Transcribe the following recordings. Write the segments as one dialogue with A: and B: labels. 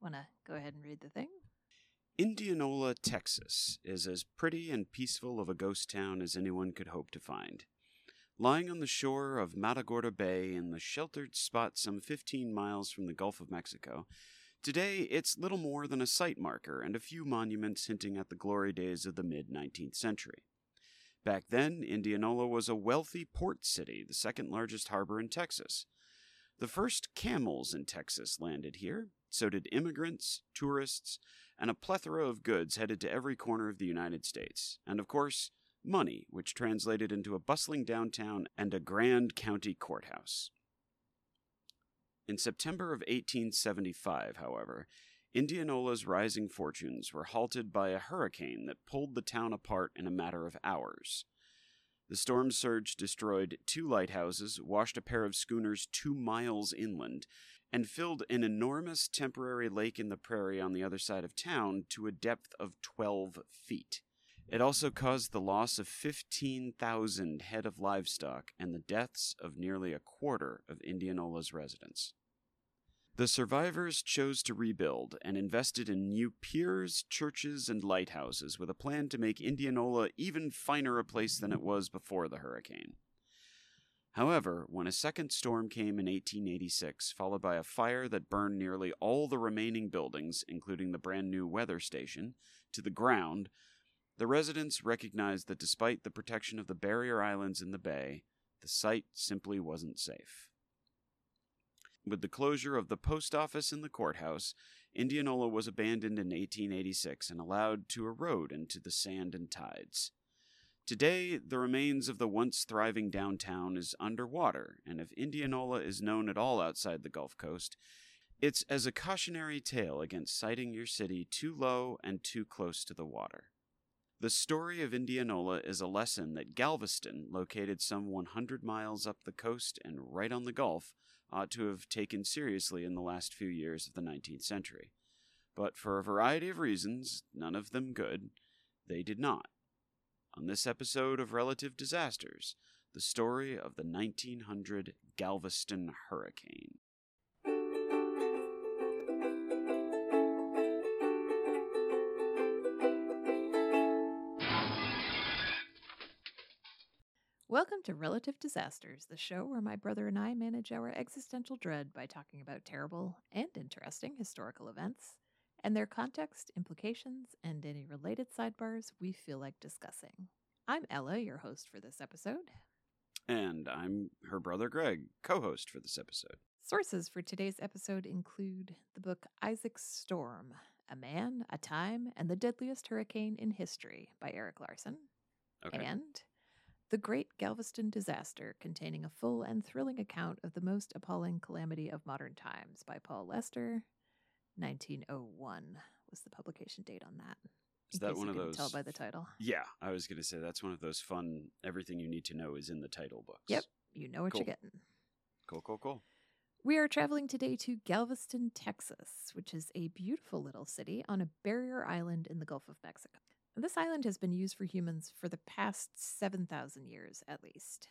A: Want to go ahead and read the thing?
B: Indianola, Texas is as pretty and peaceful of a ghost town as anyone could hope to find. Lying on the shore of Matagorda Bay in the sheltered spot some 15 miles from the Gulf of Mexico, today it's little more than a site marker and a few monuments hinting at the glory days of the mid 19th century. Back then, Indianola was a wealthy port city, the second largest harbor in Texas. The first camels in Texas landed here, so did immigrants, tourists, and a plethora of goods headed to every corner of the United States, and of course, money, which translated into a bustling downtown and a grand county courthouse. In September of 1875, however, Indianola's rising fortunes were halted by a hurricane that pulled the town apart in a matter of hours. The storm surge destroyed two lighthouses, washed a pair of schooners two miles inland, and filled an enormous temporary lake in the prairie on the other side of town to a depth of 12 feet. It also caused the loss of 15,000 head of livestock and the deaths of nearly a quarter of Indianola's residents. The survivors chose to rebuild and invested in new piers, churches, and lighthouses with a plan to make Indianola even finer a place than it was before the hurricane. However, when a second storm came in 1886, followed by a fire that burned nearly all the remaining buildings, including the brand new weather station, to the ground, the residents recognized that despite the protection of the barrier islands in the bay, the site simply wasn't safe. With the closure of the post office and the courthouse, Indianola was abandoned in 1886 and allowed to erode into the sand and tides. Today, the remains of the once thriving downtown is underwater, and if Indianola is known at all outside the Gulf Coast, it's as a cautionary tale against sighting your city too low and too close to the water. The story of Indianola is a lesson that Galveston, located some 100 miles up the coast and right on the Gulf, ought to have taken seriously in the last few years of the 19th century. But for a variety of reasons, none of them good, they did not. On this episode of Relative Disasters, the story of the 1900 Galveston hurricane.
A: Welcome to Relative Disasters, the show where my brother and I manage our existential dread by talking about terrible and interesting historical events and their context, implications, and any related sidebars we feel like discussing. I'm Ella, your host for this episode.
B: And I'm her brother Greg, co host for this episode.
A: Sources for today's episode include the book Isaac Storm A Man, a Time, and the Deadliest Hurricane in History by Eric Larson,
B: Okay.
A: and The Great Galveston Disaster, containing a full and thrilling account of the most appalling calamity of modern times by Paul Lester. 1901 was the publication date on that.
B: Is
A: in
B: that
A: case
B: one
A: you
B: of
A: couldn't
B: those?
A: Tell by the title.
B: Yeah, I was going to say that's one of those fun, everything you need to know is in the title books.
A: Yep. You know what
B: Cool.
A: you're getting.
B: Cool, cool, cool.
A: We are traveling today to Galveston, Texas, which is a beautiful little city on a barrier island in the Gulf of Mexico. This island has been used for humans for the past 7,000 years at least.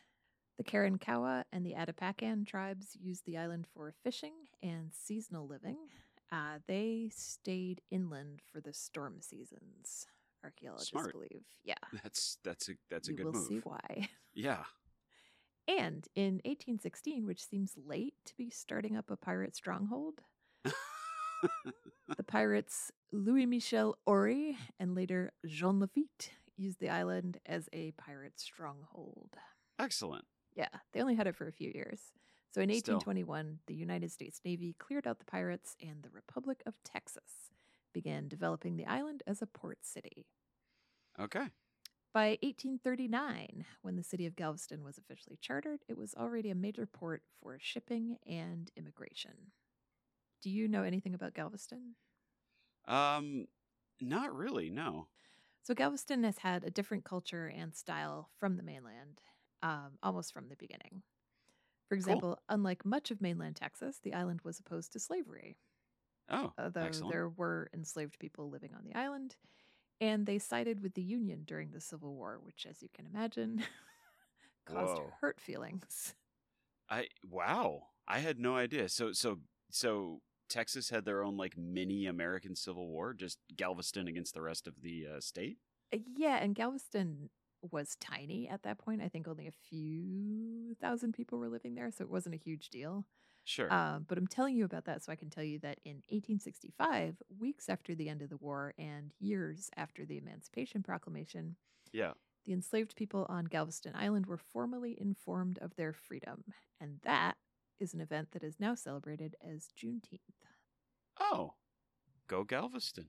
A: The Karankawa and the Atapacan tribes used the island for fishing and seasonal living. Uh, they stayed inland for the storm seasons, archaeologists
B: Smart.
A: believe. Yeah,
B: That's that's a that's a
A: you
B: good
A: will
B: move.
A: see why.
B: Yeah.
A: And in 1816, which seems late to be starting up a pirate stronghold, the pirates Louis Michel Ory and later Jean Lafitte used the island as a pirate stronghold.
B: Excellent.
A: Yeah, they only had it for a few years. So in
B: Still.
A: 1821, the United States Navy cleared out the pirates, and the Republic of Texas began developing the island as a port city.
B: Okay.
A: By 1839, when the city of Galveston was officially chartered, it was already a major port for shipping and immigration. Do you know anything about Galveston?
B: Um not really, no.
A: So, Galveston has had a different culture and style from the mainland um, almost from the beginning. For example, unlike much of mainland Texas, the island was opposed to slavery,
B: Oh.
A: although
B: excellent.
A: there were enslaved people living on the island, and they sided with the Union during the Civil War, which, as you can imagine, caused
B: Whoa.
A: hurt feelings.
B: I wow. I had no idea. So so so Texas had their own like mini American Civil War, just Galveston against the rest of the uh, state.
A: Uh, Yeah, and Galveston was tiny at that point. I think only a few thousand people were living there, so it wasn't a huge deal.
B: Sure.
A: Uh, but I'm telling you about that so I can tell you that in 1865, weeks after the end of the war and years after the Emancipation Proclamation,
B: yeah.
A: the enslaved people on Galveston Island were formally informed of their freedom. And that is an event that is now celebrated as Juneteenth.
B: Oh, go Galveston.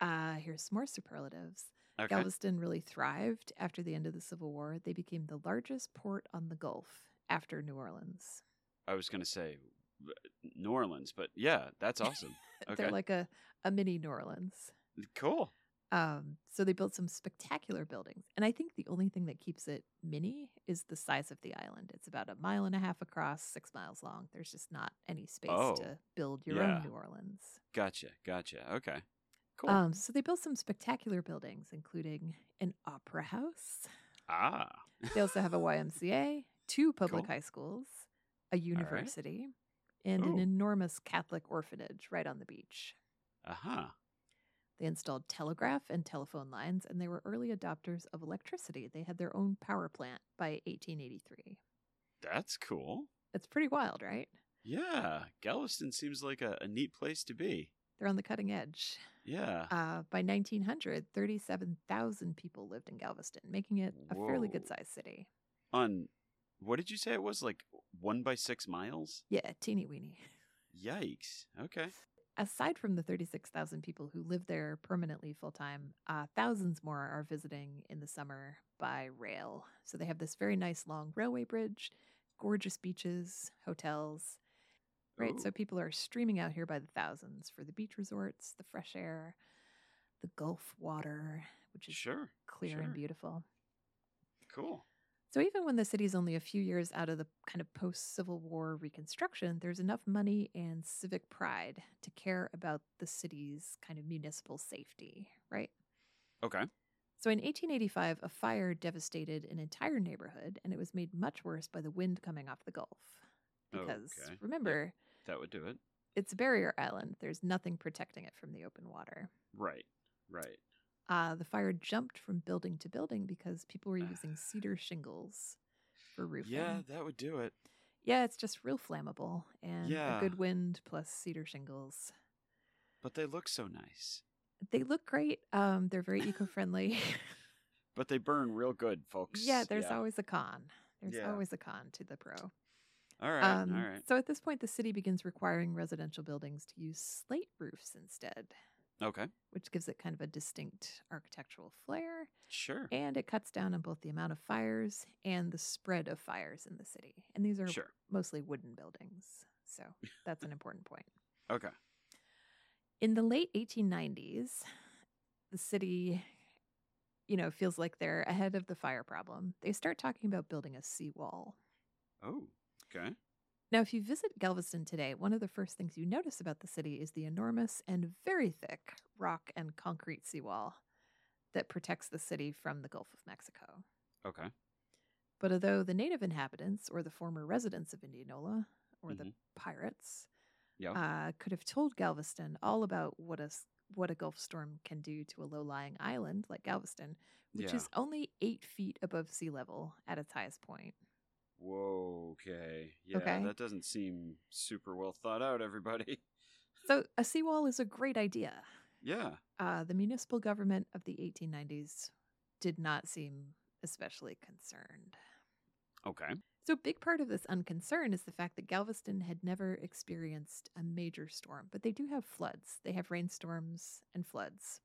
A: Ah, here's some more superlatives.
B: Okay.
A: Galveston really thrived after the end of the Civil War. They became the largest port on the Gulf after New Orleans.
B: I was gonna say uh, New Orleans, but yeah, that's awesome. Uh, Okay.
A: They're like a, a mini New Orleans.
B: cool.
A: Um, so they built some spectacular buildings. And I think the only thing that keeps it mini is the size of the island. It's about a mile and a half across, six miles long. There's just not any space
B: Oh,
A: to build your
B: yeah.
A: own New Orleans.
B: Gotcha. Gotcha. Okay. Cool.
A: Um, so they built some spectacular buildings, including an opera house.
B: ah.
A: They also have a YMCA, two public
B: Cool.
A: high schools, a university, and an
B: Ooh.
A: enormous Catholic orphanage right on the beach.
B: Uh huh.
A: They installed telegraph and telephone lines, and they were early adopters of electricity. They had their own power plant by 1883.
B: That's cool.
A: That's pretty wild, right?
B: Yeah, Galveston seems like a, a neat place to be.
A: They're on the cutting edge.
B: Yeah.
A: Uh, by 1900, 37,000 people lived in Galveston, making it a fairly
B: Whoa.
A: good sized city.
B: On what did you say it was like one by six miles?
A: Yeah, teeny weeny.
B: Yikes. Okay.
A: aside from the 36,000 people who live there permanently full time, uh, thousands more are visiting in the summer by rail. So they have this very nice long railway bridge, gorgeous beaches, hotels. Right. So
B: Ooh.
A: people are streaming out here by the thousands for the beach resorts, the fresh air, the Gulf water, which is
B: sure.
A: clear
B: sure.
A: and beautiful.
B: Cool.
A: So even when the city's only a few years out of the kind of post-Civil War reconstruction, there's enough money and civic pride to care about the city's kind of municipal safety, right?
B: Okay.
A: So in 1885, a fire devastated an entire neighborhood and it was made much worse by the wind coming off the Gulf. Because
B: Okay, yeah.
A: remember,
B: That would do it.
A: it's a barrier island. There's nothing protecting it from the open water.
B: Right. Right.
A: Uh, the fire jumped from building to building because people were
B: Ah.
A: using cedar shingles for roofing.
B: Yeah, that would do it.
A: Yeah, it's just real flammable and
B: Yeah.
A: a good wind plus cedar shingles.
B: But they look so nice.
A: They look great. Um, they're very eco-friendly.
B: But they burn real good, folks.
A: yeah, there's always a con. There's
B: Yeah.
A: always a con to the pro.
B: All right.
A: um,
B: all right.
A: So at this point, the city begins requiring residential buildings to use slate roofs instead,
B: Okay.
A: which gives it kind of a distinct architectural flair,
B: Sure.
A: and it cuts down on both the amount of fires and the spread of fires in the city. And these are
B: Sure.
A: mostly wooden buildings, so that's an important point.
B: Okay.
A: in the late 1890s, the city, you know, feels like they're ahead of the fire problem. They start talking about building a seawall.
B: Oh. Okay.
A: Now, if you visit Galveston today, one of the first things you notice about the city is the enormous and very thick rock and concrete seawall that protects the city from the Gulf of Mexico.
B: Okay.
A: But although the native inhabitants or the former residents of Indianola or the
B: Mhm.
A: pirates
B: Yeah.
A: uh, could have told Galveston all about what a s- what a Gulf storm can do to a low lying island like Galveston, which
B: yeah.
A: is only eight feet above sea level at its highest point.
B: Whoa, okay. Yeah,
A: Okay.
B: that doesn't seem super well thought out, everybody.
A: So a seawall is a great idea.
B: Yeah.
A: Uh, the municipal government of the 1890s did not seem especially concerned.
B: Okay.
A: So, a big part of this unconcern is the fact that Galveston had never experienced a major storm, but they do have floods. They have rainstorms and floods.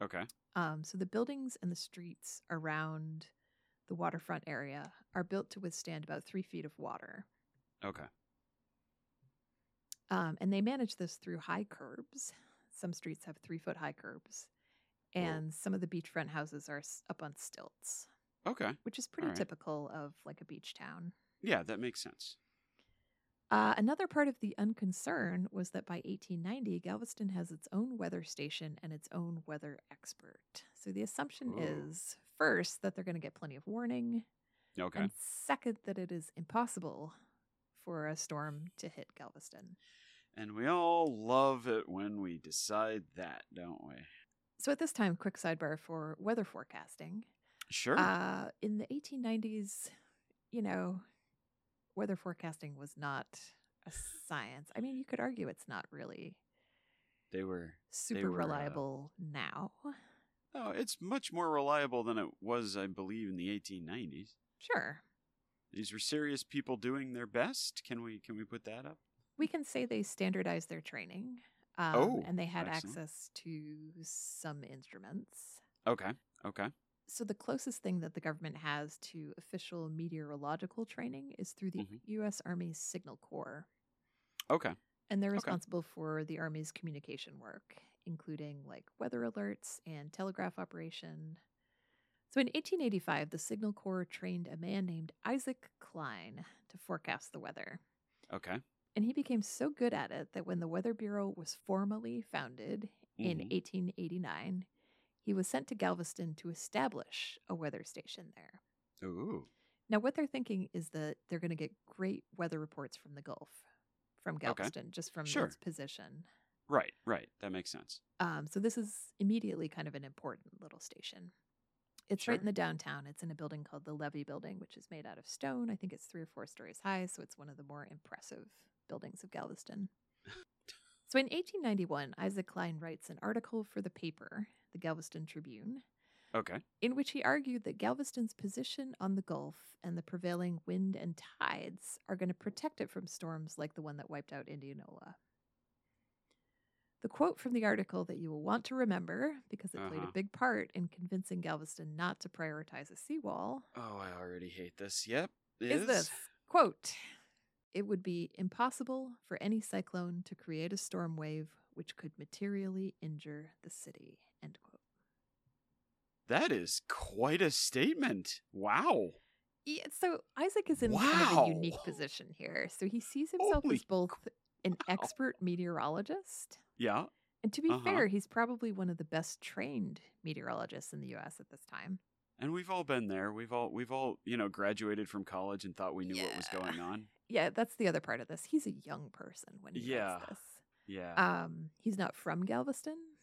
B: Okay.
A: Um, so the buildings and the streets around the waterfront area are built to withstand about three feet of water.
B: Okay.
A: Um, and they manage this through high curbs. Some streets have three foot high curbs.
B: Whoa.
A: And some of the beachfront houses are s- up on stilts,
B: Okay.
A: which is pretty
B: Alright.
A: typical of like a beach town.
B: Yeah, that makes sense.
A: Uh, another part of the unconcern was that by 1890, Galveston has its own weather station and its own weather expert. So the assumption
B: Ooh.
A: is first, that they're going to get plenty of warning,
B: Okay.
A: and second, that it is impossible for a storm to hit Galveston.
B: And we all love it when we decide that, don't we?
A: So, at this time, quick sidebar for weather forecasting.
B: Sure.
A: Uh, in the 1890s, you know, weather forecasting was not a science. I mean, you could argue it's not really
B: they were.
A: super
B: were, uh,
A: reliable now.
B: Oh, it's much more reliable than it was, I believe, in the 1890s.
A: Sure.
B: These were serious people doing their best. Can we can we put that up?
A: We can say they standardized their training. Um,
B: Mm. Oh,
A: and they had
B: excellent.
A: access to some instruments.
B: Okay. Okay.
A: So, the closest thing that the government has to official meteorological training is through the
B: Mhm.
A: U.S. Army's Signal Corps.
B: Okay.
A: And they're
B: Okay.
A: responsible for the Army's communication work, including like weather alerts and telegraph operation. So in 1885, the Signal Corps trained a man named Isaac Klein to forecast the weather.
B: Okay.
A: And he became so good at it that when the Weather Bureau was formally founded in
B: Mhm.
A: 1889, he was sent to Galveston to establish a weather station there.
B: Ooh.
A: Now, what they're thinking is that they're going to get great weather reports from the Gulf, from Galveston, just from
B: Sure.
A: its position.
B: Right. Right. That makes sense.
A: Um, so this is immediately kind of an important little station. It's right
B: Sure.
A: in the downtown. It's in a building called the Levy Building, which is made out of stone. I think it's three or four stories high, so it's one of the more impressive buildings of Galveston. so in 1891, Isaac Klein writes an article for the paper, the Galveston Tribune,
B: Okay.
A: in which he argued that Galveston's position on the Gulf and the prevailing wind and tides are going to protect it from storms like the one that wiped out Indianola. The quote from the article that you will want to remember because it played
B: Uh-huh.
A: a big part in convincing Galveston not to prioritize a seawall
B: Oh, I already hate this. Yep.
A: is, this quote It would be impossible for any cyclone to create a storm wave which could materially injure the city. End quote.
B: That is quite a statement. Wow.
A: Yeah, E, so Isaac is in kind of a unique
B: Wow.
A: position here. So he sees himself
B: Holy
A: as both an
B: cow.
A: expert meteorologist,
B: Yeah.
A: and to be
B: Uh-huh.
A: fair, he's probably one of the best trained meteorologists in the U.S. at this time.
B: And we've all been there. We've all we've all, you know, graduated from college and thought we knew what was
A: Yeah.
B: going on.
A: Yeah, that's the other part of this. He's a young person when he
B: Yeah.
A: writes this.
B: Yeah.
A: Um, he's not from Galveston,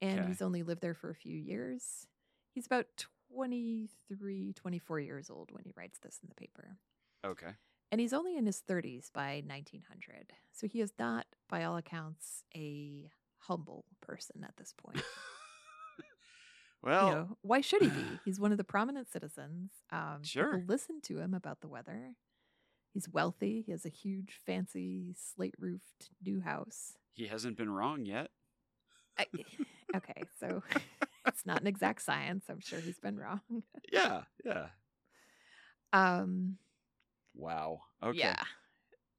A: and
B: Okay.
A: he's only lived there for a few years. He's about 23, 24 years old when he writes this in the paper.
B: okay.
A: And he's only in his 30s by 1900. So he is not, by all accounts, a humble person at this point.
B: Well,
A: you know, why should he be? He's one of the prominent citizens. Um, people
B: Sure.
A: Listen to him about the weather. He's wealthy. He has a huge, fancy, slate roofed new house.
B: he hasn't been wrong yet.
A: I, okay, so it's not an exact science. I'm sure he's been wrong.
B: Yeah. Yeah.
A: Um,
B: Wow. Okay.
A: Yeah.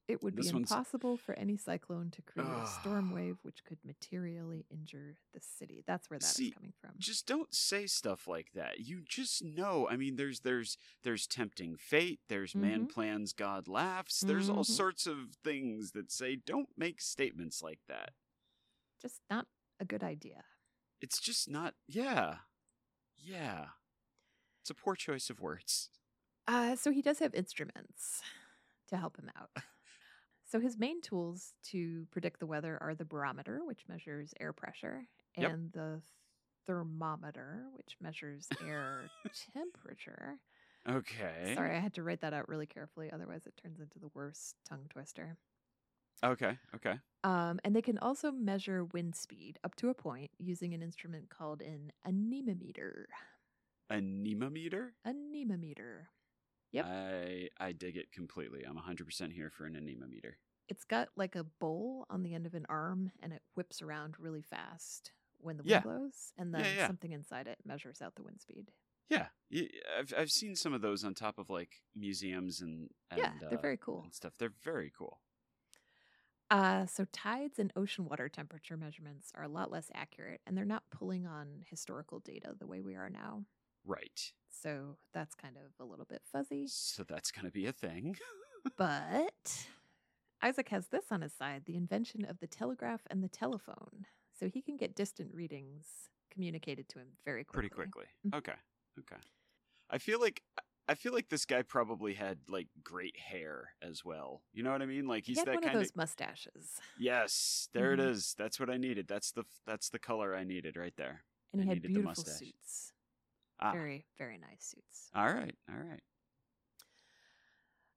A: It would
B: This
A: be
B: one's-
A: impossible for any cyclone to create a storm
B: Ugh.
A: wave which could materially injure the city. That's where that is
B: See,
A: coming from.
B: Just don't say stuff like that. You just know. I mean, there's there's there's tempting fate, there's man
A: Mhm.
B: plans, God laughs. There's all
A: Mhm.
B: sorts of things that say don't make statements like that.
A: Just not a good idea.
B: It's just not yeah. Yeah. It's a poor choice of words.
A: Uh, so he does have instruments to help him out. So his main tools to predict the weather are the barometer, which measures air pressure,
B: Yep.
A: and the thermometer, which measures air temperature.
B: Okay.
A: Sorry, I had to write that out really carefully, otherwise it turns into the worst tongue twister.
B: Okay. Okay.
A: Um, and they can also measure wind speed up to a point using an instrument called an anemometer.
B: A nemometer?
A: Anemometer. Yep.
B: I I dig it completely. I'm 100% here for an anemometer.
A: It's got like a bowl on the end of an arm and it whips around really fast when the wind
B: Yeah.
A: blows. And
B: Yeah,
A: then
B: yeah.
A: something inside it measures out the wind speed.
B: Yeah. y- I've I've seen some of those on top of like museums and, and
A: yeah, they're
B: uh,
A: very cool.
B: and stuff. They're very cool.
A: Uh, so tides and ocean water temperature measurements are a lot less accurate and they're not pulling on historical data the way we are now.
B: Right.
A: So that's kind of a little bit fuzzy.
B: So that's going to be a thing.
A: But Isaac has this on his side the invention of the telegraph and the telephone. So he can get distant readings communicated to him very quickly.
B: Pretty quickly.
A: Mhm.
B: Okay. Okay. I feel like I feel like this guy probably had like great hair as well. You know what I mean? Like he's
A: he had
B: that
A: one of
B: kind
A: those mustaches,
B: Yes, there it
A: Mhm.
B: is. That's what I needed. That's the that's the color I needed right there.
A: and he
B: I
A: had
B: needed the
A: beautiful
B: mustache.
A: suits.
B: Ah,
A: Very, very nice suits.
B: all right, all right.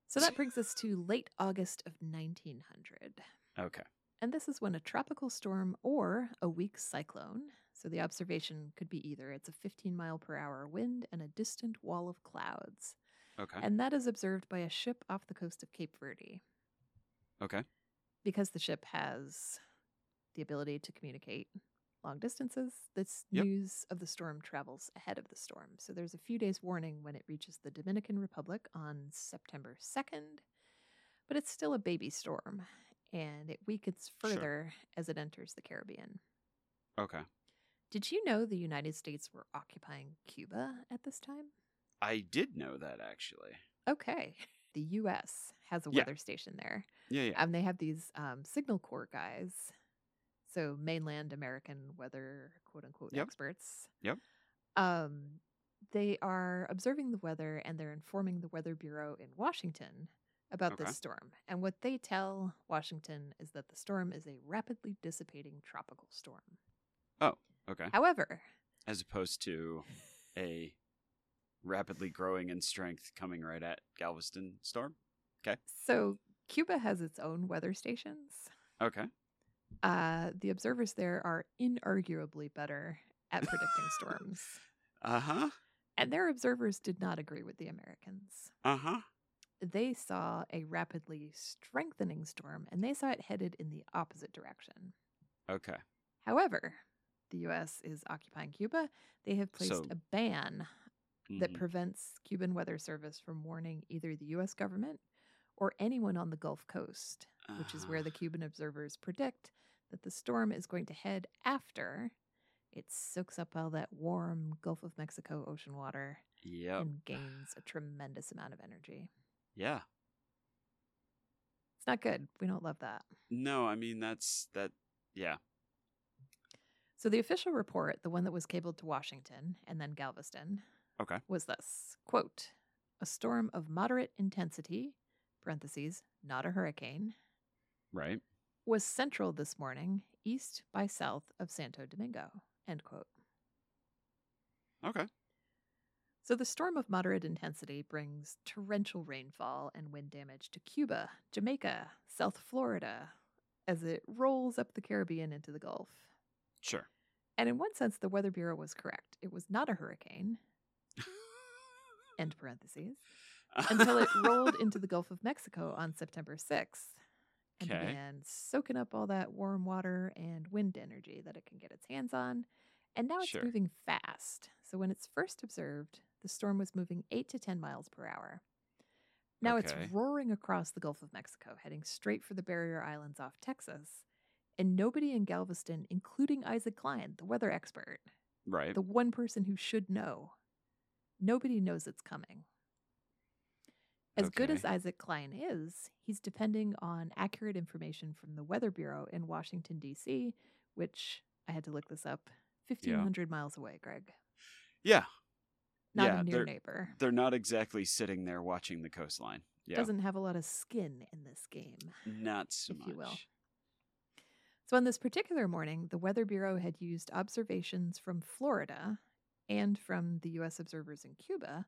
A: So that brings us to late August of 1900.
B: Okay.
A: And this is when a tropical storm or a weak cyclone, so the observation could be either it's a 15 mile per hour wind and a distant wall of clouds.
B: Okay.
A: And that is observed by a ship off the coast of Cape Verde.
B: okay.
A: Because the ship has the ability to communicate long distances, this
B: Yep.
A: news of the storm travels ahead of the storm. So there's a few days' warning when it reaches the Dominican Republic on September 2nd, but it's still a baby storm and it weakens
B: Sure.
A: further as it enters the Caribbean.
B: Okay.
A: Did you know the United States were occupying Cuba at this time?
B: I did know that actually.
A: Okay. The US has a
B: Yeah.
A: weather station there.
B: Yeah, yeah.
A: and they have these um, signal corps guys so mainland american weather quote unquote
B: Yep.
A: experts
B: Yep.
A: um, they are observing the weather and they're informing the weather bureau in washington about
B: Okay.
A: this storm and what they tell washington is that the storm is a rapidly dissipating tropical storm Uh,
B: okay.
A: however
B: As opposed to a rapidly growing in strength coming right at Galveston storm.
A: so cuba has its own weather stations
B: Okay.
A: uh, the observers there are inarguably better at predicting storms
B: Uh-huh.
A: And their observers did not agree with the Americans.
B: Uh-huh.
A: They saw a rapidly strengthening storm and they saw it headed in the opposite direction.
B: Okay.
A: However, the US is occupying Cuba. They have placed
B: So-
A: a ban that
B: Mhm.
A: prevents Cuban Weather Service from warning either the US government or anyone on the Gulf Coast, which is where
B: Uh,
A: the Cuban observers predict that the storm is going to head after it soaks up all that warm Gulf of Mexico ocean water
B: Yep.
A: and gains a tremendous amount of energy.
B: Yeah.
A: It's not good. We don't love that.
B: No, I mean that's that yeah.
A: So the official report, the one that was cabled to Washington and then Galveston,
B: Okay.
A: was this quote: "A storm of moderate intensity (parentheses not a hurricane)
B: Right.
A: was central this morning, east by south of Santo Domingo." End quote.
B: Okay.
A: So the storm of moderate intensity brings torrential rainfall and wind damage to Cuba, Jamaica, South Florida, as it rolls up the Caribbean into the Gulf.
B: Sure.
A: And in one sense, the Weather Bureau was correct. It was not a hurricane, end parentheses, until it rolled into the Gulf of Mexico on September 6th and
B: Okay.
A: began soaking up all that warm water and wind energy that it can get its hands on. And now it's
B: Sure.
A: moving fast. So when it's first observed, the storm was moving 8 to 10 miles per hour. Now
B: Okay.
A: it's roaring across the Gulf of Mexico, heading straight for the barrier islands off Texas. And nobody in Galveston, including Isaac Klein, the weather expert,
B: Right.
A: the one person who should know. Nobody knows it's coming. As good as
B: Okay.
A: Isaac Klein is, he's depending on accurate information from the Weather Bureau in Washington, D.C., which I had to look this up 1,500 miles away, Greg.
B: Yeah.
A: Not
B: Yeah,
A: a near
B: they're-
A: neighbor.
B: They're not exactly sitting there watching the coastline. Yeah.
A: Doesn't have a lot of skin in this game.
B: not so
A: if
B: much.
A: you will. So, on this particular morning, the Weather Bureau had used observations from Florida and from the U.S. observers in Cuba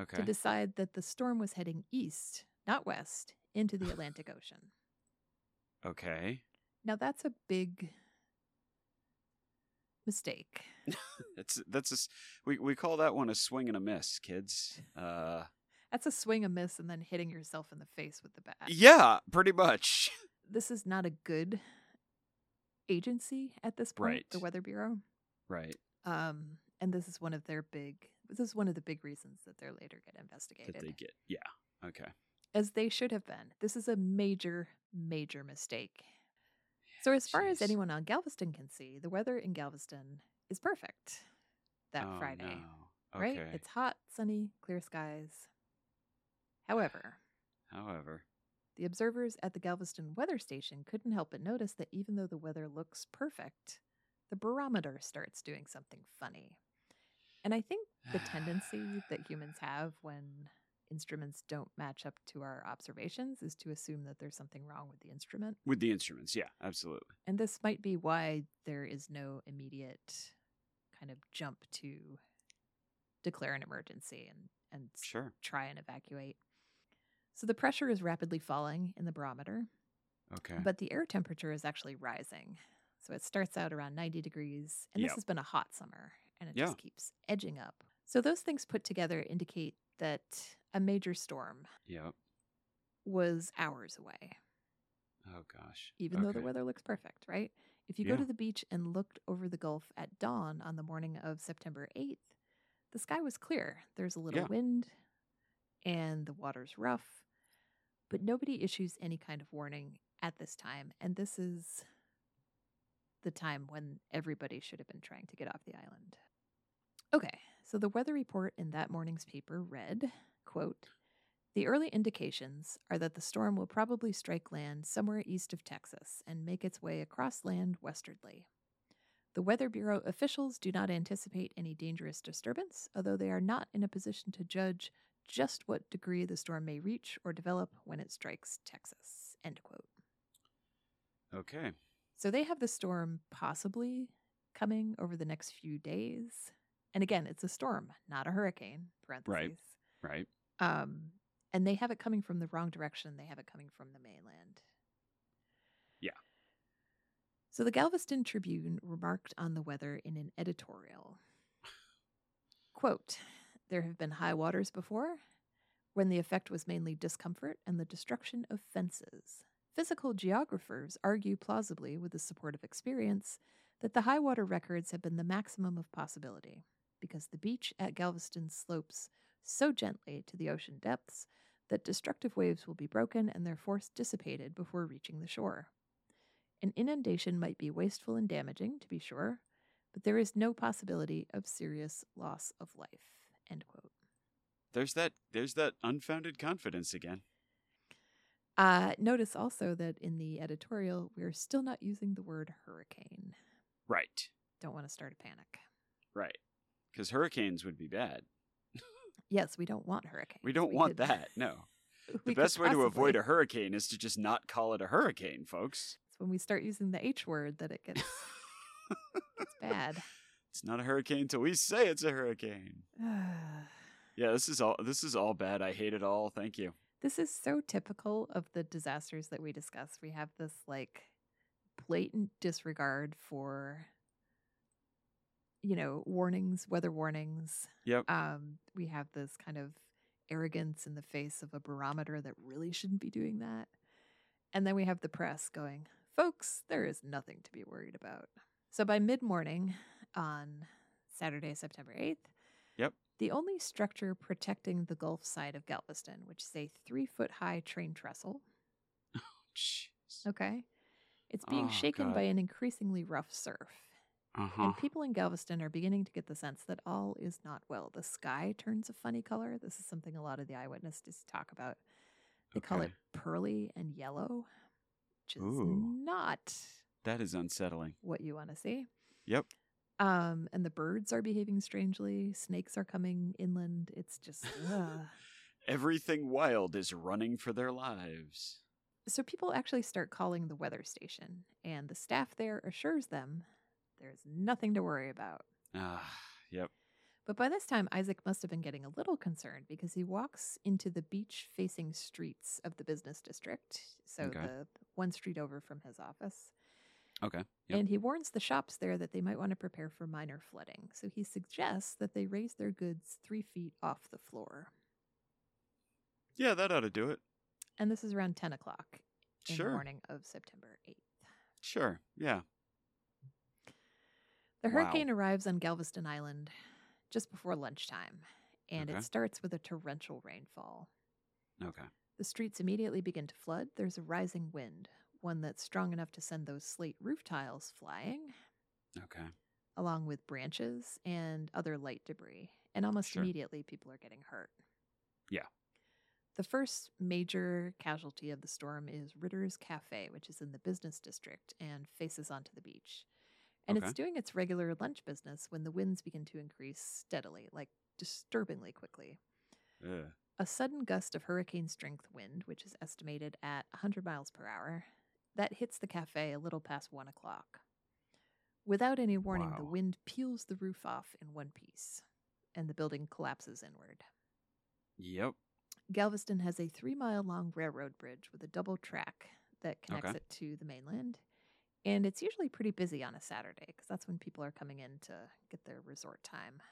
B: Okay.
A: to decide that the storm was heading east, not west, into the Atlantic Ocean.
B: okay.
A: Now, that's a big mistake.
B: That's that's a s- we we call that one a swing and a miss, kids. Uh
A: That's a swing, a miss, and then hitting yourself in the face with the bat.
B: yeah, pretty much.
A: This is not a good agency at this point, the
B: Right.
A: Weather Bureau.
B: Right.
A: Um, and this is one of their big, this is one of the big reasons that they're later get investigated.
B: That they get. Yeah. Okay.
A: as they should have been. This is a major, major mistake. So, as far as
B: jeez.
A: anyone on Galveston can see, the weather in Galveston is perfect that
B: Oh,
A: Friday,
B: no.
A: right?
B: Okay.
A: It's hot, sunny, clear skies. However,
B: However.
A: the observers at the Galveston weather station couldn't help but notice that even though the weather looks perfect, the barometer starts doing something funny. And I think the tendency that humans have when instruments don't match up to our observations is to assume that there's something wrong with the instrument.
B: With the instruments, yeah, absolutely.
A: And this might be why there is no immediate kind of jump to declare an emergency and, and s-
B: Sure.
A: try and evacuate. So the pressure is rapidly falling in the barometer,
B: Okay.
A: but the air temperature is actually rising. So it starts out around 90 degrees, and
B: Yep.
A: this has been a hot summer, and it
B: Yeah.
A: just keeps edging up. So those things put together indicate that a major storm
B: yeah.
A: was hours away,
B: Oh gosh.
A: even though the
B: Okay.
A: weather looks perfect, right? If you go
B: Yeah.
A: to the beach and looked over the Gulf at dawn on the morning of September 8th, the sky was clear. There's a little
B: Yeah.
A: wind and the water's rough, but nobody issues any kind of warning at this time. And this is the time when everybody should have been trying to get off the island. Okay, so the weather report in that morning's paper read, quote, the early indications are that the storm will probably strike land somewhere east of Texas and make its way across land westwardly. The Weather Bureau officials do not anticipate any dangerous disturbance, although they are not in a position to judge just what degree the storm may reach or develop when it strikes Texas. End quote.
B: Okay.
A: So they have the storm possibly coming over the next few days. And again, it's a storm, not a hurricane. Parentheses.
B: Right.
A: Um, and they have it coming from the wrong direction. They have it coming from the mainland.
B: Yeah.
A: So the Galveston Tribune remarked on the weather in an editorial. Quote, there have been high waters before when the effect was mainly discomfort and the destruction of fences. Physical geographers argue plausibly with the support of experience that the high water records have been the maximum of possibility because the beach at Galveston slopes so gently to the ocean depths that destructive waves will be broken and their force dissipated before reaching the shore. An inundation might be wasteful and damaging, to be sure, but there is no possibility of serious loss of life. End quote.
B: There's that. There's that unfounded confidence again.
A: Uh, notice also that in the editorial, we're still not using the word hurricane.
B: Right.
A: Don't want to start a panic.
B: Right. Because hurricanes would be bad.
A: Yes, we don't want hurricanes.
B: We don't want that. No. The best way to avoid a hurricane is to just not call it a hurricane, folks.
A: It's when we start using the H word that it gets it's bad.
B: It's not a hurricane till we say it's a hurricane. Yeah, this is all this is all bad. I hate it all. Thank you.
A: This is so typical of the disasters that we discuss. We have this like blatant disregard for you know, warnings, weather warnings.
B: Yep.
A: Um we have this kind of arrogance in the face of a barometer that really shouldn't be doing that. And then we have the press going, "Folks, there is nothing to be worried about." So by mid-morning on Saturday, September 8th, the only structure protecting the Gulf side of Galveston, which is a three foot high train trestle,
B: Jeez.
A: okay, it's being
B: Oh,
A: shaken
B: God.
A: by an increasingly rough surf.
B: Uh-huh.
A: And people in Galveston are beginning to get the sense that all is not well. The sky turns a funny color. This is something a lot of the eyewitnesses talk about. They call it
B: Okay.
A: pearly and yellow, which is
B: Ooh.
A: not
B: That is unsettling.
A: what you want to see.
B: Yep.
A: Um, and the birds are behaving strangely. Snakes are coming inland. It's just. ugh.
B: Everything wild is running for their lives.
A: So people actually start calling the weather station, and the staff there assures them there's nothing to worry about.
B: Ah, yep.
A: But by this time, Isaac must have been getting a little concerned because he walks into the beach facing streets of the business district. So
B: Okay.
A: the one street over from his office.
B: Okay. Yep.
A: And he warns the shops there that they might want to prepare for minor flooding. So he suggests that they raise their goods three feet off the floor.
B: Yeah, that ought to do it.
A: And this is around 10 o'clock in
B: Sure.
A: the morning of September 8th.
B: Sure. Yeah.
A: The
B: Wow.
A: hurricane arrives on Galveston Island just before lunchtime, and
B: Okay.
A: it starts with a torrential rainfall.
B: Okay.
A: The streets immediately begin to flood. There's a rising wind, one that's strong enough to send those slate roof tiles flying,
B: Okay.
A: along with branches and other light debris. And almost
B: Sure.
A: immediately, people are getting hurt.
B: Yeah.
A: The first major casualty of the storm is Ritter's Cafe, which is in the business district and faces onto the beach. And
B: Okay.
A: it's doing its regular lunch business when the winds begin to increase steadily, like disturbingly quickly.
B: Ugh.
A: a sudden gust of hurricane strength wind, which is estimated at 100 miles per hour, that hits the cafe a little past one o'clock. Without any warning, the
B: Wow.
A: wind peels the roof off in one piece, and the building collapses inward.
B: Yep.
A: Galveston has a three mile long railroad bridge with a double track that connects
B: Okay.
A: it to the mainland. And it's usually pretty busy on a Saturday because that's when people are coming in to get their resort time.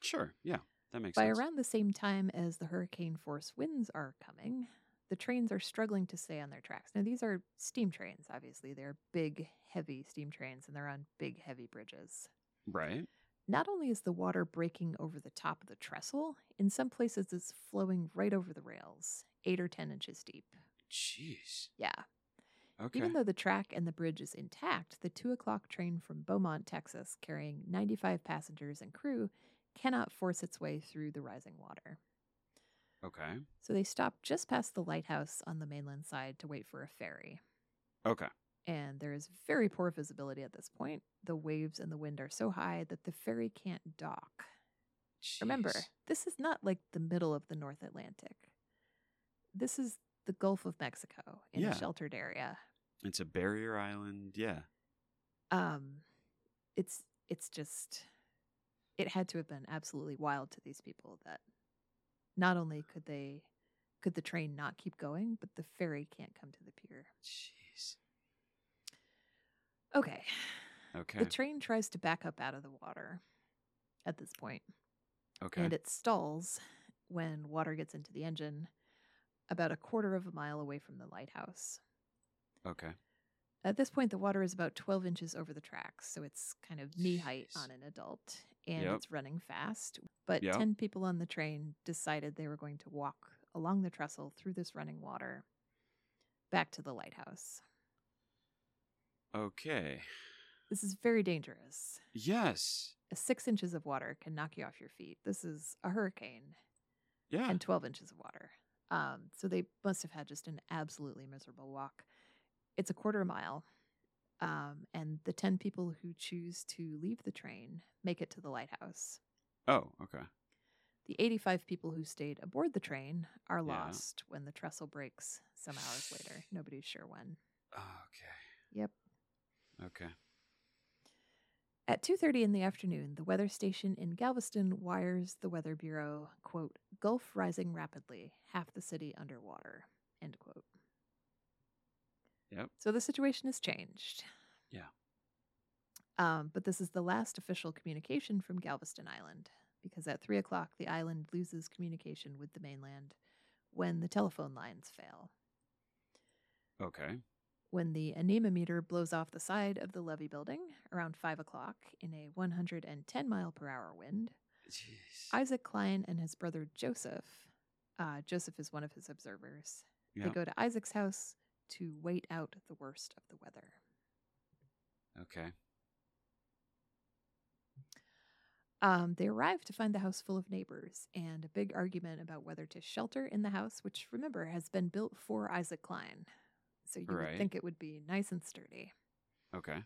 B: Sure. Yeah. That makes
A: By
B: sense.
A: around the same time as the hurricane force winds are coming, the trains are struggling to stay on their tracks. Now, these are steam trains, obviously. They're big, heavy steam trains and they're on big, heavy bridges.
B: right.
A: Not only is the water breaking over the top of the trestle, in some places it's flowing right over the rails, eight or 10 inches deep.
B: Jeez.
A: Yeah.
B: Okay.
A: Even though the track and the bridge is intact, the two o'clock train from Beaumont, Texas, carrying 95 passengers and crew, cannot force its way through the rising water.
B: okay.
A: So they stop just past the lighthouse on the mainland side to wait for a ferry.
B: Okay.
A: And there is very poor visibility at this point. The waves and the wind are so high that the ferry can't dock. Remember,
B: Jeez.
A: this is not like the middle of the North Atlantic. This is the Gulf of Mexico in
B: Yeah.
A: a sheltered area.
B: it's a barrier island. Yeah.
A: um it's it's just it had to have been absolutely wild to these people that not only could they could the train not keep going but the ferry can't come to the pier
B: Jeez.
A: okay,
B: Okay.
A: the train tries to back up out of the water at this point
B: okay.
A: and it stalls when water gets into the engine about a quarter of a mile away from the lighthouse
B: okay.
A: At this point, the water is about 12 inches over the tracks, so it's kind of knee height
B: Jeez.
A: on an adult, and
B: Yep.
A: it's running fast. But
B: Yeah.
A: 10 people on the train decided they were going to walk along the trestle through this running water back to the lighthouse.
B: Okay.
A: This is very dangerous.
B: Yes.
A: Six inches of water can knock you off your feet. This is a hurricane
B: Yeah.
A: and 12 inches of water. Um, so they must have had just an absolutely miserable walk. It's a quarter mile. Um, and the 10 people who choose to leave the train make it to the lighthouse.
B: oh, okay.
A: The 85 people who stayed aboard the train are
B: Yeah.
A: lost when the trestle breaks some hours later. Nobody's sure when.
B: Okay.
A: Yep.
B: Okay.
A: At 2:30 in the afternoon, the weather station in Galveston wires the weather bureau, quote, "Gulf rising rapidly, half the city underwater." End quote.
B: Yep.
A: So the situation has changed.
B: Yeah.
A: Um, but this is the last official communication from Galveston Island because at three o'clock, the island loses communication with the mainland when the telephone lines fail.
B: Okay.
A: When the anemometer blows off the side of the levee building around five o'clock in a 110 mile per hour wind,
B: Jeez.
A: Isaac Klein and his brother Joseph, uh, Joseph is one of his observers,
B: yeah.
A: they go to Isaac's house to wait out the worst of the weather.
B: okay.
A: Um, they arrive to find the house full of neighbors and a big argument about whether to shelter in the house, which remember has been built for Isaac Klein. So you
B: Right.
A: would think it would be nice and sturdy.
B: Okay.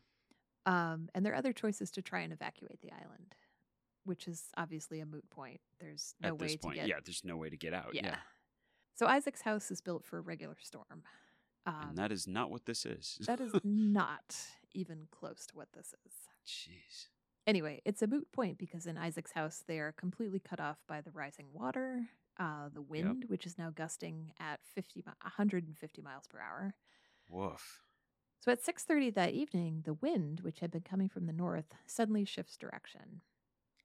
A: Um, and their other choice is to try and evacuate the island, which is obviously a moot point. There's no
B: At
A: way
B: this
A: to
B: point,
A: get
B: yeah, there's no way to get out. Yeah.
A: So Isaac's house is built for a regular storm. Um,
B: and that is not what this is.
A: that is not even close to what this is.
B: Jeez.
A: Anyway, it's a moot point because in Isaac's house, they are completely cut off by the rising water, uh, the wind, which is now gusting at 50, mi- 150 miles per hour.
B: Woof.
A: So at 6.30 that evening, the wind, which had been coming from the north, suddenly shifts direction.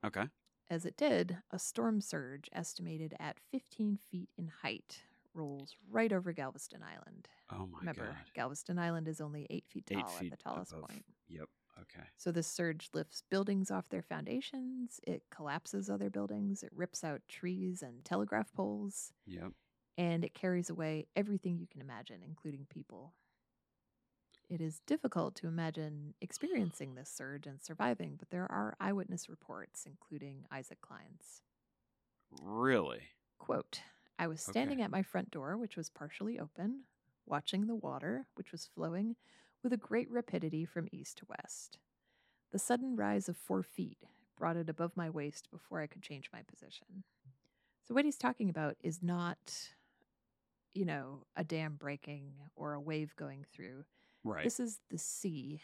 B: Okay.
A: As it did, a storm surge estimated at 15 feet in height rolls right over Galveston Island.
B: Oh my
A: Remember,
B: god.
A: Galveston Island is only eight feet tall
B: Eight feet
A: at the tallest
B: above.
A: point.
B: Yep. Okay.
A: So this surge lifts buildings off their foundations, it collapses other buildings, it rips out trees and telegraph poles,
B: Yep.
A: and it carries away everything you can imagine, including people. It is difficult to imagine experiencing this surge and surviving, but there are eyewitness reports, including Isaac Klein's.
B: Really?
A: Quote I was standing at my front door, which was partially open, watching the water, which was flowing with a great rapidity from east to west. The sudden rise of four feet brought it above my waist before I could change my position. So, what he's talking about is not, you know, a dam breaking or a wave going through.
B: Right.
A: This is the sea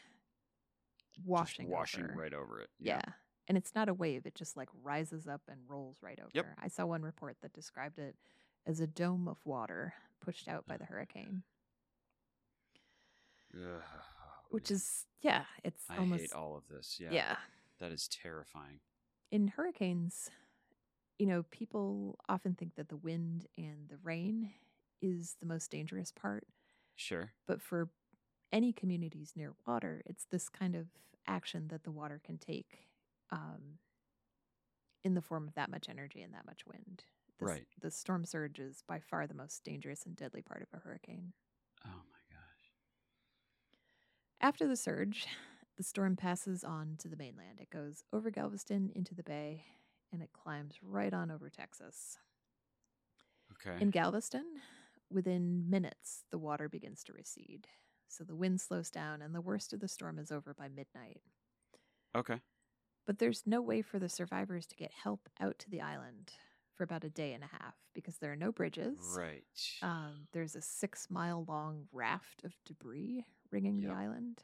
A: washing.
B: Just washing
A: over.
B: right over it.
A: Yeah. And it's not a wave, it just like rises up and rolls right over.
B: Yep.
A: I saw one report that described it as a dome of water pushed out
B: Ah.
A: by the hurricane,
B: Ugh,
A: which
B: man.
A: is, yeah, it's
B: I
A: almost.
B: hate all of this. Yeah.
A: yeah.
B: That is terrifying.
A: in hurricanes, you know, people often think that the wind and the rain is the most dangerous part.
B: Sure.
A: But for any communities near water, it's this kind of action that the water can take um, in the form of that much energy and that much wind. The s-
B: Right.
A: The storm surge is by far the most dangerous and deadly part of a hurricane.
B: Oh my
A: After the surge, the storm passes on to the mainland. It goes over Galveston into the bay and it climbs right on over Texas.
B: gosh. Okay.
A: In Galveston, within minutes, the water begins to recede. So the wind slows down and the worst of the storm is over by midnight.
B: okay.
A: But there's no way for the survivors to get help out to the island for about a day and a half because there are no bridges.
B: Right.
A: Um, there's a six mile long raft of debris ringing the
B: Yep.
A: island.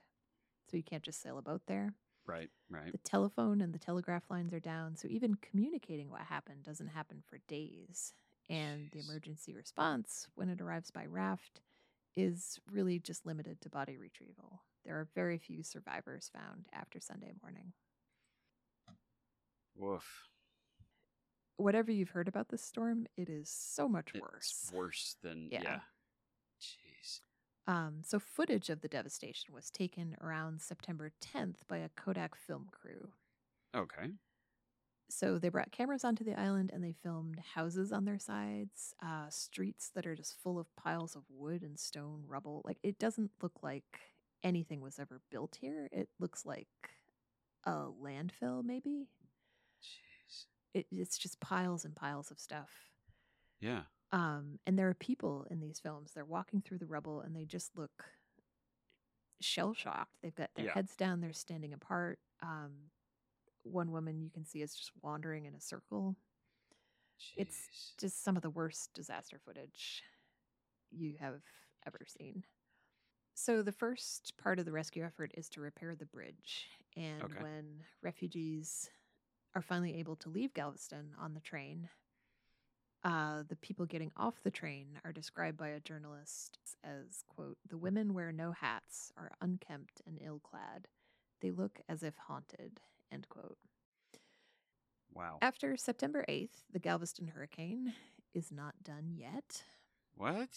A: So you can't just sail a boat there.
B: right. Right.
A: The telephone and the telegraph lines are down, so even communicating what happened doesn't happen for days. And the
B: Jeez.
A: emergency response, when it arrives by raft, is really just limited to body retrieval. There are very few survivors found after Sunday morning.
B: Woof.
A: Whatever you've heard about this storm, it is so much
B: It's
A: worse.
B: worse than yeah.
A: Yeah.
B: Jeez.
A: Um, so, footage of the devastation was taken around September 10th by a Kodak film crew.
B: Okay.
A: so they brought cameras onto the island and they filmed houses on their sides uh, streets that are just full of piles of wood and stone rubble like it doesn't look like anything was ever built here it looks like a landfill maybe
B: Jeez.
A: it, it's just piles and piles of stuff
B: Yeah.
A: um, and there are people in these films they're walking through the rubble and they just look shell shocked they've got their
B: Yeah.
A: heads down they're standing apart um, one woman you can see is just wandering in a circle It's
B: Jeez.
A: just some of the worst disaster footage you have ever seen. So, the first part of the rescue effort is to repair the bridge. And
B: Okay.
A: when refugees are finally able to leave Galveston on the train, uh, the people getting off the train are described by a journalist as, quote, the women wear no hats, are unkempt and ill clad. They look as if haunted, end quote.
B: wow.
A: After September 8th, the Galveston hurricane is not done yet.
B: what?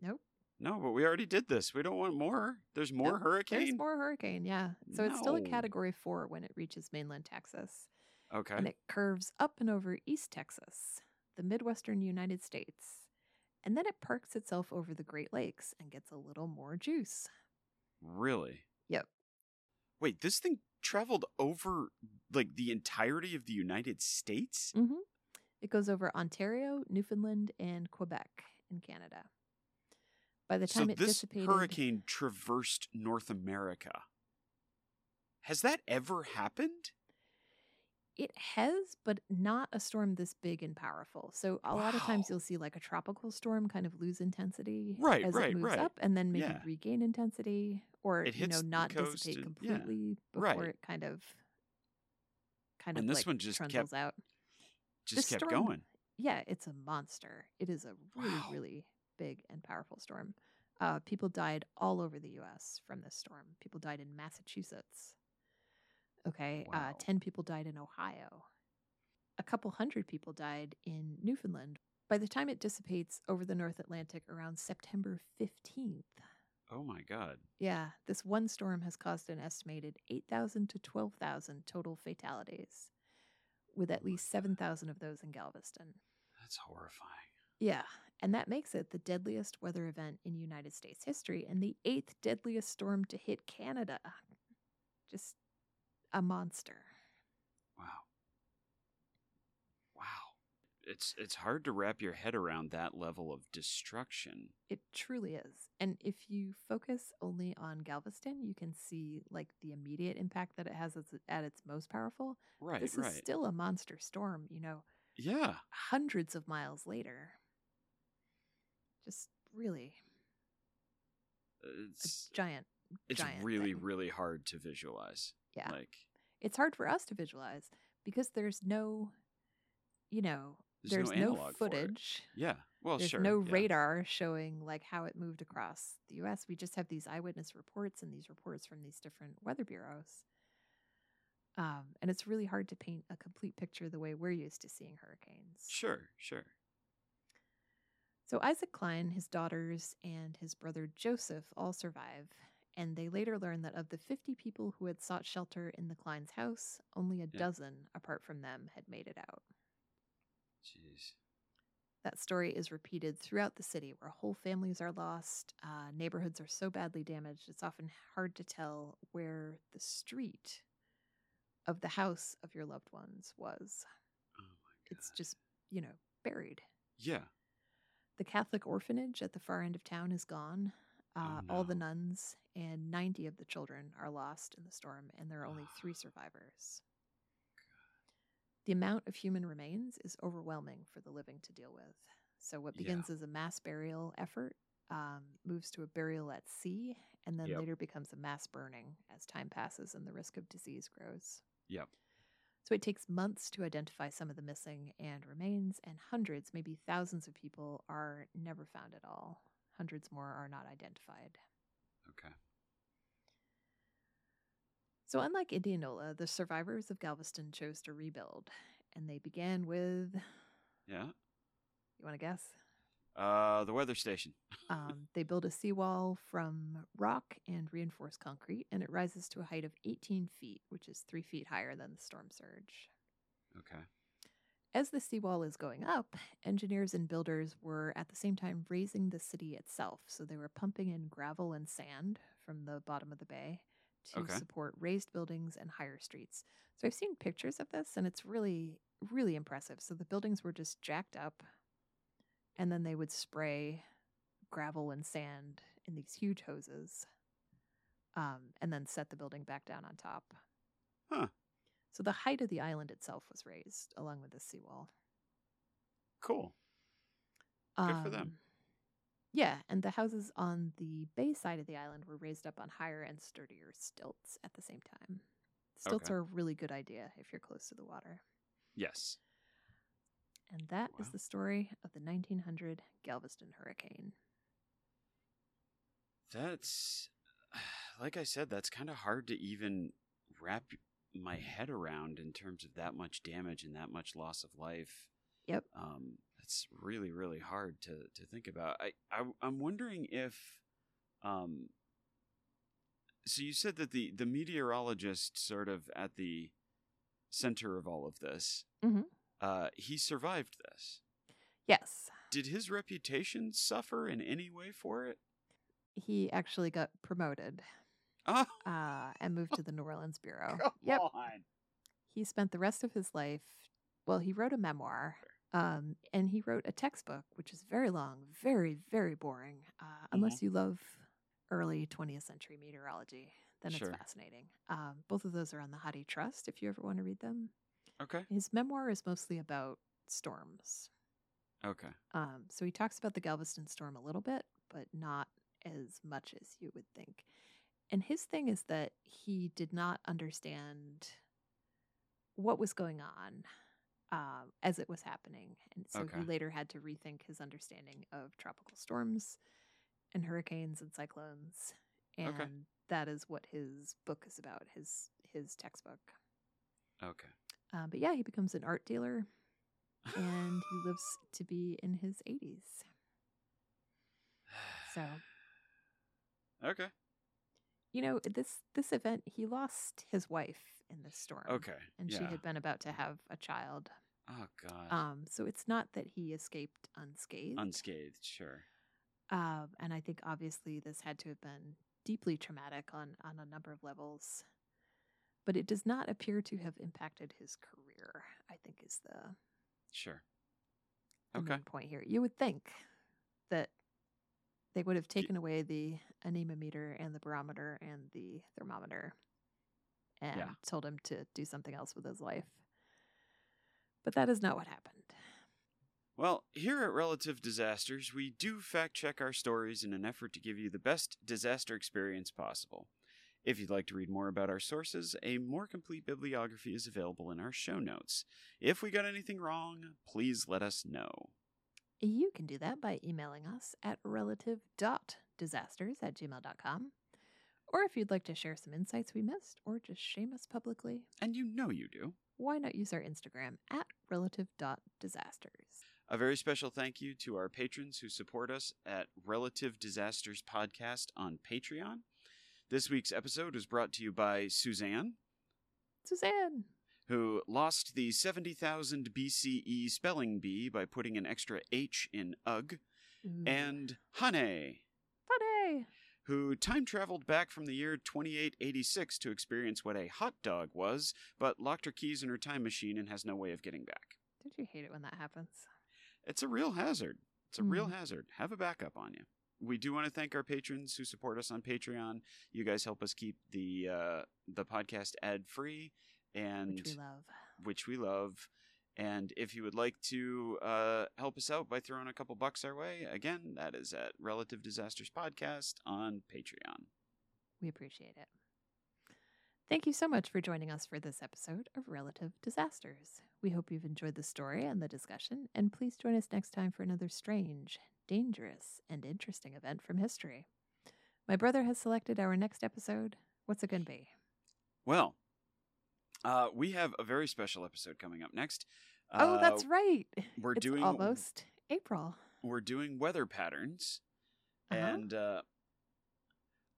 A: Nope.
B: No, but we already did this. We don't want more. There's more
A: Nope, There's
B: hurricane.
A: more hurricane, yeah. So it's still a
B: No.
A: category four when it reaches mainland Texas,
B: Okay.
A: and it curves up and over East Texas, the Midwestern United States, and then it parks itself over the Great Lakes and gets a little more juice.
B: really?
A: Yep.
B: Wait, this thing traveled over like the entirety of the United States?
A: Mm-hmm. It goes over Ontario, Newfoundland, and Quebec in Canada. By the
B: So
A: time it
B: this
A: dissipated,
B: hurricane traversed North America. Has that ever happened?
A: It has, but not a storm this big and powerful. So a lot of
B: Wow.
A: times you'll see like a tropical storm kind of lose intensity
B: Right,
A: as
B: right,
A: it moves
B: right.
A: up and then maybe
B: Yeah.
A: regain intensity or
B: It
A: you know
B: hits the
A: not
B: coast
A: dissipate
B: and- yeah,
A: completely
B: right.
A: before it kind of kind
B: And
A: of
B: this
A: like
B: one just kept-
A: trundles out. This
B: Just kept
A: storm-
B: going.
A: Yeah, it's a monster. It is a really
B: Wow.
A: really big and powerful storm. Uh, people died all over the U.S. from this storm. People died in Massachusetts. Okay. Uh,
B: Wow.
A: 10 people died in Ohio. A couple hundred people died in Newfoundland. By the time it dissipates over the North Atlantic around September 15th,
B: Oh my god.
A: yeah, this one storm has caused an estimated 8,000 to 12,000 total fatalities, with
B: Oh
A: at
B: my
A: least 7,000 of those in Galveston.
B: That's horrifying.
A: Yeah, and that makes it the deadliest weather event in United States history and the eighth deadliest storm to hit Canada. Just a monster.
B: Wow. Wow. It's it's hard to wrap your head around that level of destruction.
A: It truly is. And if you focus only on Galveston, you can see like the immediate impact that it has as- at its most powerful.
B: Right,
A: this
B: right.
A: is still a monster storm, you know.
B: Yeah.
A: hundreds of miles later. Just really a
B: It's
A: giant.
B: it's
A: giant
B: really
A: thing.
B: really hard to visualize.
A: Yeah.
B: Like
A: It's hard for us to visualize because there's no, you know,
B: there's,
A: there's, no,
B: analog for it.
A: footage.
B: Yeah. Well,
A: there's
B: sure.
A: no
B: yeah.
A: radar showing like how it moved across the U.S. We just have these eyewitness reports and these reports from these different weather bureaus, um, and it's really hard to paint a complete picture the way we're used to seeing hurricanes.
B: Sure, sure.
A: So Isaac Klein, his daughters, and his brother Joseph all survive, and they later learn that of the 50 people who had sought shelter in the Klein's house, only a
B: Yeah.
A: dozen apart from them had made it out.
B: Jeez.
A: That story is repeated throughout the city where whole families are lost, uh, neighborhoods are so badly damaged, it's often hard to tell where the street of the house of your loved ones was.
B: Oh my god.
A: It's just, you know, buried.
B: Yeah.
A: The Catholic orphanage at the far end of town is gone. Uh,
B: Oh,
A: All the
B: no.
A: nuns and 90 of the children are lost in the storm, and there are only three survivors. The amount of human remains is overwhelming for the living to deal with. So, what
B: Yeah.
A: begins as a mass burial effort um, moves to a burial at sea and then
B: Yep.
A: later becomes a mass burning as time passes and the risk of disease grows.
B: Yep.
A: So it takes months to identify some of the missing and remains, and hundreds, maybe thousands of people are never found at all. Hundreds more are not identified.
B: Okay.
A: So, unlike Indianola, the survivors of Galveston chose to rebuild, and they began with
B: Yeah.
A: you want to guess?
B: Uh, the weather station.
A: Um, they built a seawall from rock and reinforced concrete, and it rises to a height of 18 feet, which is three feet higher than the storm surge.
B: Okay.
A: As the seawall is going up, engineers and builders were at the same time raising the city itself. So they were pumping in gravel and sand from the bottom of the bay to
B: Okay.
A: support raised buildings and higher streets. So I've seen pictures of this and it's really, really impressive. So the buildings were just jacked up and then they would spray gravel and sand in these huge hoses um, and then set the building back down on top.
B: Huh.
A: So the height of the island itself was raised along with the seawall.
B: Cool. Good for them.
A: Um, Yeah, and the houses on the bay side of the island were raised up on higher and sturdier stilts at the same time. Stilts
B: Okay.
A: are a really good idea if you're close to the water.
B: Yes.
A: And that is
B: Wow.
A: the story of the 1900 Galveston hurricane.
B: That's like I said. That's kind of hard to even wrap my head around in terms of that much damage and that much loss of life.
A: Yep.
B: Um, that's really really hard to to think about. I, I I'm wondering if, um. So you said that the the meteorologist sort of at the center of all of this.
A: Mhm.
B: Uh, he survived this.
A: Yes,
B: Did his reputation suffer in any way for it?
A: he actually got promoted
B: Oh,
A: uh, and moved to the New Orleans Bureau.
B: come
A: yep.
B: on.
A: he spent the rest of his life well he wrote a memoir um, and he wrote a textbook which is very long very very boring uh, unless you love early 20th century meteorology then
B: Sure.
A: it's fascinating um, both of those are on the hottie trust if you ever want to read them
B: Okay.
A: his memoir is mostly about storms
B: Okay.
A: um, so he talks about the Galveston storm a little bit, but not as much as you would think. And his thing is that he did not understand what was going on um, as it was happening. And so
B: Okay.
A: he later had to rethink his understanding of tropical storms and hurricanes and cyclones. And
B: Okay.
A: that is what his book is about, his his textbook.
B: Okay.
A: Uh, but yeah, he becomes an art dealer and he lives to be in his 80s. So, um,
B: okay.
A: you know, this this event, he lost his wife in this storm.
B: Okay.
A: And
B: yeah.
A: she had been about to have a child.
B: Oh god.
A: Um, so it's not that he escaped unscathed.
B: Unscathed. Sure.
A: um, and I think obviously this had to have been deeply traumatic on on a number of levels. But it does not appear to have impacted his career, I think is the,
B: Sure.
A: the
B: Okay.
A: main point here. You would think that they would have taken away the anemometer and the barometer and the thermometer and
B: Yeah.
A: told him to do something else with his life. But that is not what happened.
B: Well, here at Relative Disasters, we do fact check our stories in an effort to give you the best disaster experience possible. If you'd like to read more about our sources, a more complete bibliography is available in our show notes. If we got anything wrong, please let us know.
A: You can do that by emailing us at relative.disasters at gmail.com. Or if you'd like to share some insights we missed or just shame us publicly,
B: And you know you do.
A: why not use our Instagram at relative.disasters?
B: A very special thank you to our patrons who support us at Relative Disasters Podcast on Patreon. This week's episode is brought to you by Suzanne,
A: Suzanne!
B: who lost the 70,000 BCE E spelling bee by putting an extra H in UG,
A: Ooh,
B: and Hane,
A: funny!
B: who time traveled back from the year 2886 to experience what a hot dog was, but locked her keys in her time machine and has no way of getting back.
A: Don't you hate it when that happens?
B: It's a real hazard. It's a real
A: Mhm.
B: hazard. Have a backup on you. We do want to thank our patrons who support us on Patreon. You guys help us keep the uh, the podcast ad free, and
A: Which we love.
B: which we love. And if you would like to uh, help us out by throwing a couple bucks our way, again, that is at Relative Disasters Podcast on Patreon.
A: We appreciate it. Thank you so much for joining us for this episode of Relative Disasters. We hope you've enjoyed the story and the discussion, and please join us next time for another strange, dangerous, and interesting event from history. My brother has selected our next episode. What's it going to be?
B: Well, uh, we have a very special episode coming up next.
A: oh, that's
B: Uh,
A: right.
B: We're
A: It's
B: doing
A: almost April.
B: We're doing weather patterns.
A: Uh-huh.
B: and uh,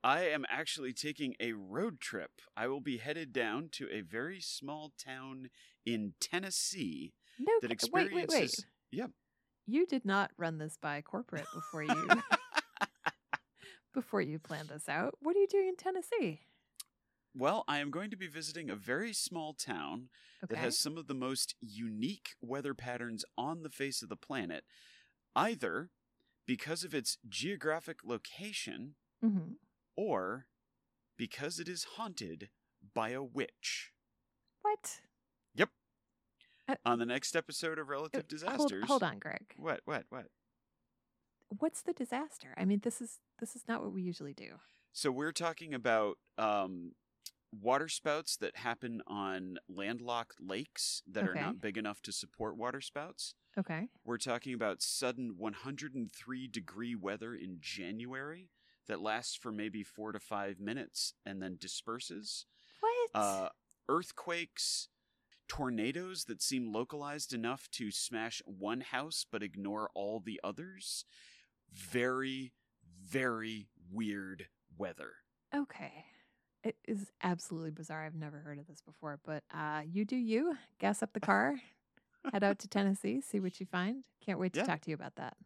B: I am actually taking a road trip. I will be headed down to a very small town in Tennessee
A: no,
B: that
A: ki- wait, wait, wait.
B: experiences. Yep.
A: You did not run this by corporate before you before you planned this out. What are you doing in Tennessee?
B: Well, I am going to be visiting a very small town
A: Okay.
B: that has some of the most unique weather patterns on the face of the planet, either because of its geographic location
A: mm-hmm.
B: or because it is haunted by a witch.
A: What?
B: On the next episode of
A: Uh,
B: Relative
A: hold-
B: Disasters.
A: Hold, on, Greg.
B: What? What? What?
A: What's the disaster? I mean, this is this is not what we usually do.
B: So we're talking about um, water spouts that happen on landlocked lakes that are
A: Okay.
B: not big enough to support water spouts.
A: Okay.
B: We're talking about sudden 103 degree weather in January that lasts for maybe four to five minutes and then disperses.
A: What?
B: Uh, earthquakes, tornadoes that seem localized enough to smash one house but ignore all the others. Very, very weird weather.
A: okay. It is absolutely bizarre. I've never heard of this before, but uh, you do you. Gas up the car, head out to Tennessee, see what you find. Can't wait to
B: Yeah.
A: talk to you about that.